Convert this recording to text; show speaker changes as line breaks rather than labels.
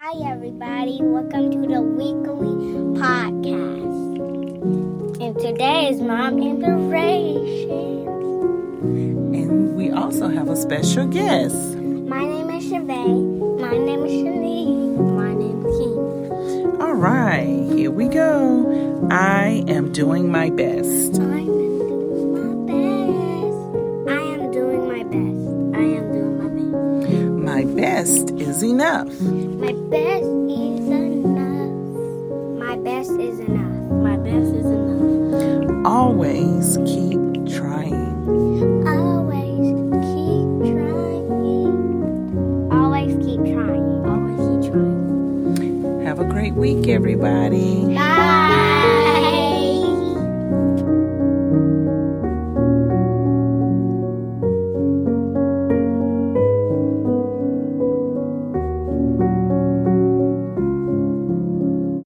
Hi, everybody. Welcome to the weekly podcast. And today is Mom Inspirations.
And we also have a special guest.
My name is Shavay. My name is Shanice. My name is Keith.
All right, here we go. I am doing my best.
I am doing my best. I am doing my best. I am doing my
My best is enough.
best. My best is enough. My best is enough. My best is enough.
Always keep trying.
Always keep trying. Always keep trying. Always keep trying.
Have a great week, everybody.
Bye.